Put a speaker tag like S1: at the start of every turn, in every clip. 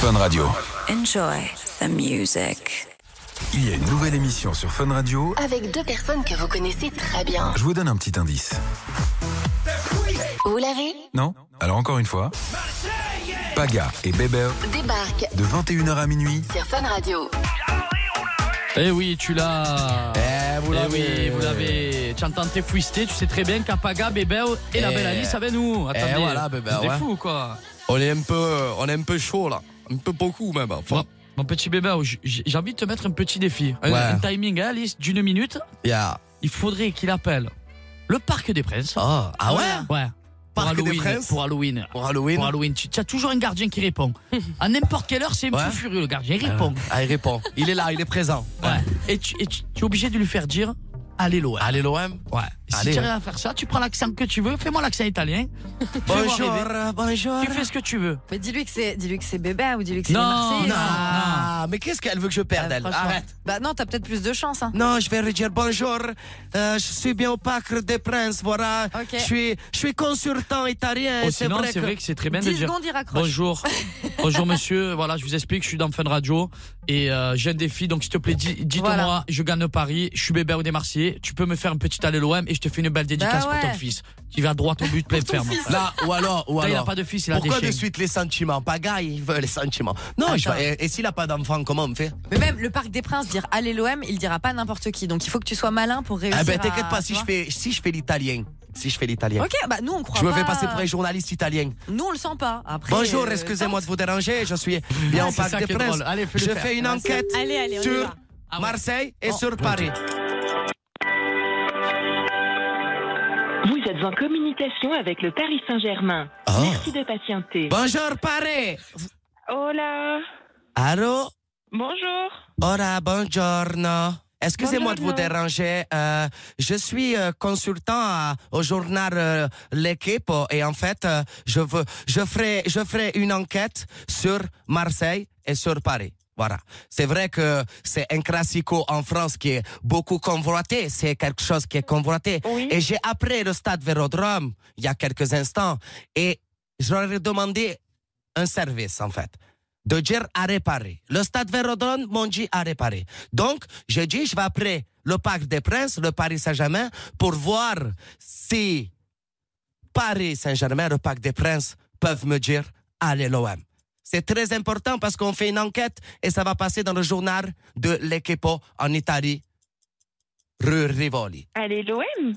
S1: Fun Radio.
S2: Enjoy the music.
S1: Il y a une nouvelle émission sur Fun Radio.
S3: avec deux personnes que vous connaissez très bien.
S1: Je vous donne un petit indice.
S3: Vous l'avez
S1: Non Alors encore une fois. Paga et Bébert,
S3: Débarque
S1: de 21h à minuit.
S3: sur Fun Radio.
S4: Eh oui, tu l'as.
S5: Eh, vous
S4: Eh oui,
S5: l'avez.
S4: vous l'avez. Tu entends tes fouistés, tu sais très bien qu'Apaga, Bébéo et la
S5: Eh.
S4: belle Alice avec nous. Attendez,
S5: voilà, Bébéo,
S4: vous êtes
S5: ouais.
S4: fous, quoi.
S5: On est un peu, euh, on est un peu chaud là, un peu beaucoup même. Enfin,
S4: Mon, mon petit Bébéo, j- j- j'ai envie de te mettre un petit défi. Un,
S5: Ouais.
S4: un timing, hein, Alice, d'une minute.
S5: yeah.
S4: Il faudrait qu'il appelle le Parc des Princes.
S5: Ah, ah ouais.
S4: Ouais. Pour
S5: Parc des
S4: Halloween,
S5: Princes
S4: pour Halloween.
S5: Pour Halloween.
S4: Pour Halloween, tu tu as toujours un gardien qui répond. À n'importe quelle heure, c'est un
S5: Ouais.
S4: petit furieux, le gardien. Il répond.
S5: Ah, il répond. Il est là, il est présent.
S4: Ouais. Et, tu, et tu- tu es obligé de lui faire dire Allez, l'OM.
S5: Allez l'OM.
S4: Ouais. si tu
S5: Allez, ouais.
S4: arrives à faire ça, tu prends l'accent que tu veux, fais-moi l'accent italien. Fais-moi
S5: Bonjour,
S4: rêver.
S5: euh, bonjour.
S4: Tu fais ce que tu veux.
S6: Mais dis-lui que c'est, dis-lui que c'est bébé ou dis-lui que c'est
S4: Non,
S6: les Marseillais.
S4: non.
S5: Ah, mais qu'est-ce qu'elle veut que je
S4: Ah,
S5: perde elle
S6: franchement.
S5: Arrête.
S6: Bah non, t'as peut-être plus de chance. Hein.
S5: Non, je vais lui dire bonjour. euh, je suis bien au Parc des Princes, voilà.
S6: Ok.
S5: Je suis, je suis consultant italien.
S4: Oh,
S5: c'est
S4: sinon,
S5: vrai
S4: c'est
S5: que-
S4: vrai que c'est très bien de
S6: 10
S4: dire.
S6: secondes, il raccroche.
S4: Bonjour, bonjour monsieur. Voilà, je vous explique, je suis dans Fun Radio et euh, j'ai un défi. Donc s'il te plaît, dis- dites-moi,
S6: Voilà.
S4: je gagne le pari, je suis bébé ou des Marseillais. Tu peux me faire un petit aller l'OM et je te fais une belle dédicace
S6: Bah
S4: pour ton
S6: ouais.
S4: fils. Tu vas droit au but, plein ferme.
S5: Là, ou alors, ou
S4: Là, il n'a
S5: alors.
S4: pas de fils, il a
S5: Pourquoi
S4: des
S5: de
S4: chiens.
S5: suite les sentiments Pagaille, il veut les sentiments. Non, je
S6: Attends.
S5: vais- et, et s'il a pas d'enfant, comment on fait
S6: Mais même le Parc des Princes, dire allez l'OM, il dira pas n'importe qui. Donc il faut que tu sois malin pour réussir.
S5: Eh ben,
S6: à-
S5: t'inquiète pas, si
S6: tu
S5: je fais, si je fais l'italien, si je fais l'italien,
S6: vois. Ok, bah nous on croit
S5: je me
S6: pas.
S5: fais passer pour un journaliste italien.
S6: Nous on le sent pas. Après.
S5: Bonjour,
S6: euh,
S5: excusez-moi de vous déranger, je suis
S4: Ouais,
S5: bien au
S4: Ah, c'est
S5: Parc
S4: ça
S5: des
S4: qui est
S5: Princes.
S4: drôle. Allez, fais-le
S5: je
S4: faire.
S5: fais une enquête
S6: Allez, allez, on y
S5: sur
S6: va.
S4: Ah ouais.
S5: Marseille et
S4: Oh.
S5: sur Paris.
S7: Vous êtes en communication avec le Paris Saint-Germain.
S4: Ah.
S7: Merci de patienter.
S5: Bonjour Paris.
S7: Hola.
S5: Allô.
S7: Bonjour.
S5: Ora, buongiorno. Excusez-moi de vous
S7: Buongiorno.
S5: déranger. euh, je suis euh, consultant à- au journal euh, L'équipe et en fait, euh, je, veux, je, ferai, je ferai une enquête sur Marseille et sur Paris. Voilà. C'est vrai que c'est un classico en France qui est beaucoup convoité. C'est quelque chose qui est convoité.
S7: Oui.
S5: Et j'ai appris le stade Vélodrome il y a quelques instants et j'aurais demandé un service en fait de dire à réparer. Le stade Vérodrome m'ont dit à réparer. Donc, j'ai dit, je vais appeler le Parc des Princes, le Paris Saint-Germain, pour voir si Paris Saint-Germain, le Parc des Princes, peuvent me dire, allez l'OM. C'est très important parce qu'on fait une enquête et ça va passer dans le journal de l'Equipo en Italie, Rue Rivoli.
S7: Allez, l'OM.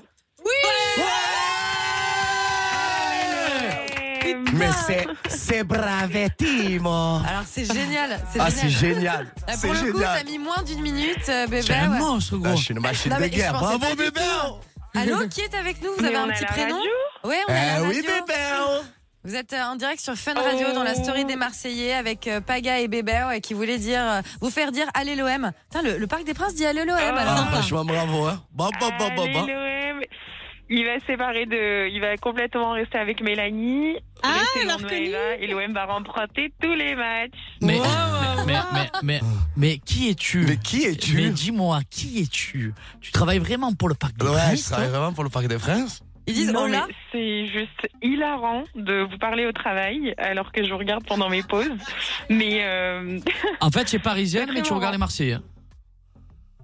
S5: Euh,
S7: Euh,
S5: Mais c'est, c'est bravettimo.
S6: Alors c'est génial. C'est
S5: Ah, c'est
S6: génial.
S5: génial.
S6: Là,
S5: C'est
S6: pour le coup, t'as
S5: génial.
S6: mis moins d'une minute, euh, bébé.
S4: C'est un
S6: ouais.
S4: monstre,
S5: Ah,
S4: gros.
S5: je suis une machine
S6: Non,
S5: de
S6: mais je
S5: guerre.
S6: pensais
S5: Bravo,
S6: pas du
S5: bébé. hein.
S6: Allô, qui est avec nous Vous
S7: Mais
S6: avez
S7: on
S6: un
S7: a
S6: petit
S7: la
S6: prénom
S7: radio.
S6: Ouais, on a
S5: Eh
S6: la
S5: oui,
S6: radio.
S5: bébé. hein.
S6: Vous êtes euh, en direct sur Fun Radio
S7: Oh.
S6: dans la story des Marseillais avec euh, Paga et Bébé ouais, qui voulaient dire euh, vous faire dire allez l'OM. Putain, le, le Parc des Princes dit allez l'OM.
S5: Ah,
S6: alors.
S5: franchement, bravo, hein. Bon, bon, bon, bon,
S7: Allez,
S5: bon.
S7: l'OM. Il va se séparer de. Il va complètement rester avec Mélanie. Ah, alors Et l'OM va remporter tous les matchs.
S4: Mais, mais, mais, mais, mais, mais qui es-tu
S5: Ah. Mais qui es-tu
S4: Mais dis-moi, qui es-tu Tu travailles vraiment pour le hein? Parc des
S5: Ouais, je
S4: Princes
S5: travaille vraiment pour le Parc des Princes.
S6: Ils disent
S7: Non,
S6: hola.
S7: mais C'est juste hilarant de vous parler au travail alors que je vous regarde pendant mes pauses. Mais. euh,
S4: En fait, c'est parisienne, mais tu
S7: Exactement.
S4: regardes les Marseillais.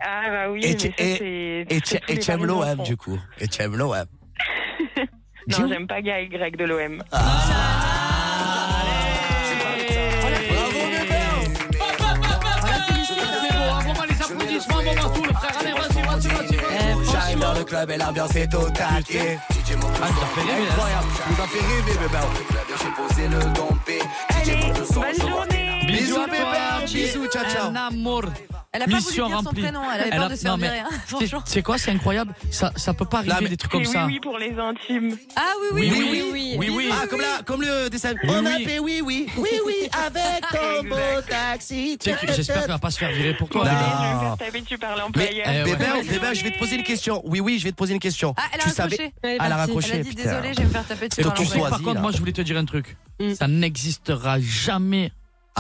S7: Ah, bah oui.
S5: Et
S7: mais
S5: tu-
S7: ça, c'est-
S5: Et
S7: c'est
S5: tu
S7: tous
S5: et
S7: les
S5: tu aimes
S7: Parisiens
S5: l'OM,
S7: font.
S5: du coup. Et tu aimes l'OM.
S7: Non, j'aime pas Guy Greg de l'OM.
S5: Ah. Bravo, bébé.
S6: Eh,
S5: J'arrive dans le club et l'ambiance est au taquet.
S6: Ah,
S5: Incroyable. Vous en fait rêver, bébé. J'ai posé le dompé.
S7: Allez, bonne journée
S5: Bisous, bébé. Bisous, ciao, ciao.
S4: Un amour.
S6: Elle a pas voulu
S4: Mission
S6: dire son
S4: remplie.
S6: prénom, elle avait
S4: Elle
S6: peur
S4: a-
S6: de se
S4: non,
S6: faire
S4: mais
S6: virer. hein.
S4: C'est-
S6: Franchement.
S4: C'est quoi, c'est incroyable. Ça, ça peut pas arriver
S5: Là, mais-
S4: des trucs
S7: Et
S4: comme
S7: oui,
S4: ça.
S7: oui, pour les intimes.
S6: Ah oui, oui, oui, oui. oui,
S4: oui, oui.
S5: Ah, comme là, comme le dessin.
S4: Oui,
S5: On
S4: oui.
S5: a fait oui, oui. Oui, oui, avec ton beau taxi.
S4: Tu sais que J'espère qu'elle va pas se faire virer pour toi.
S7: Allez,
S5: Non.
S7: Oh, je vais me faire taper, tu parles en player.
S4: Eh ouais.
S5: Bébé, bébé, je vais te poser une question. Oui, oui, je vais te poser une question.
S6: Ah, elle a
S5: tu
S6: raccroché.
S5: savais.
S6: Elle,
S5: Elle
S6: est
S5: a
S6: partie.
S5: raccroché,
S6: Elle a dit
S5: putain.
S6: désolé, je vais me faire taper dessus
S4: Et
S6: par
S5: tu
S4: tu
S5: sois-
S6: l'envers.
S4: par
S5: choisis,
S6: Mm.
S4: contre,
S5: là.
S4: moi, je voulais te dire un truc. Ça n'existera jamais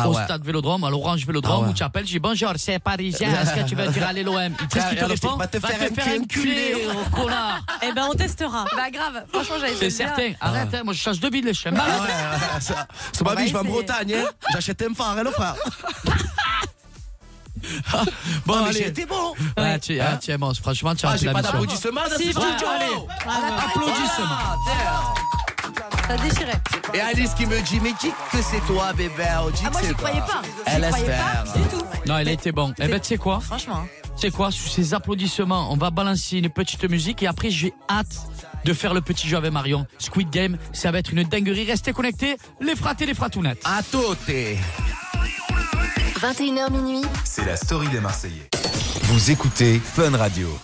S5: Ah
S4: au
S5: ouais.
S4: stade Vélodrome, à l'Orange Vélodrome,
S5: Ah ouais.
S4: où tu appelles, je dis bonjour, c'est parisien, est-ce que tu veux dire aller l'OM Tu sais ce qu'il te
S5: Alors, je dis,
S4: répond
S5: va te faire enculer,
S4: oh, connard
S8: Eh ben, on testera.
S6: Bah grave, franchement j'allais te
S4: C'est
S6: le dire.
S4: certain, arrête, hein, moi je change de ville, je suis un
S5: Ah
S4: malade.
S5: ouais, ça- C'est
S6: On
S5: ma
S6: va
S5: vie, je vais en
S6: essayer.
S5: Bretagne, hein. j'achète un phare, hello frère.
S4: Bon,
S5: Ah, mais
S4: allez.
S5: j'étais bon.
S4: Ouais, tu, ah, tu es immense, franchement, tu as
S5: Ah,
S4: rempli
S5: j'ai
S4: la
S5: pas
S4: mission.
S5: d'applaudissements dans ce
S8: Si, bravo,
S5: studio.
S8: allez.
S6: Ah,
S8: Bravo.
S4: Applaudissements.
S6: bah, Ça déchirait.
S5: Et Alice qui me dit, mais qui que c'est toi, bébé On dit
S6: Ah, moi
S5: que
S6: j'y
S5: c'est
S6: croyais
S5: toi.
S6: pas. J'y
S5: Elle
S6: croyais
S5: espère.
S6: pas du tout.
S4: Non, il a été bon. Eh ben, tu sais quoi
S6: Franchement. hein.
S4: Tu sais quoi Sous ces applaudissements, on va balancer une petite musique et après, j'ai hâte de faire le petit jeu avec Marion. Squid Game, ça va être une dinguerie. Restez connectés, les fratés, les fratounettes.
S5: À toutes.
S3: 21h minuit,
S1: C'est la story des Marseillais. Vous écoutez Fun Radio.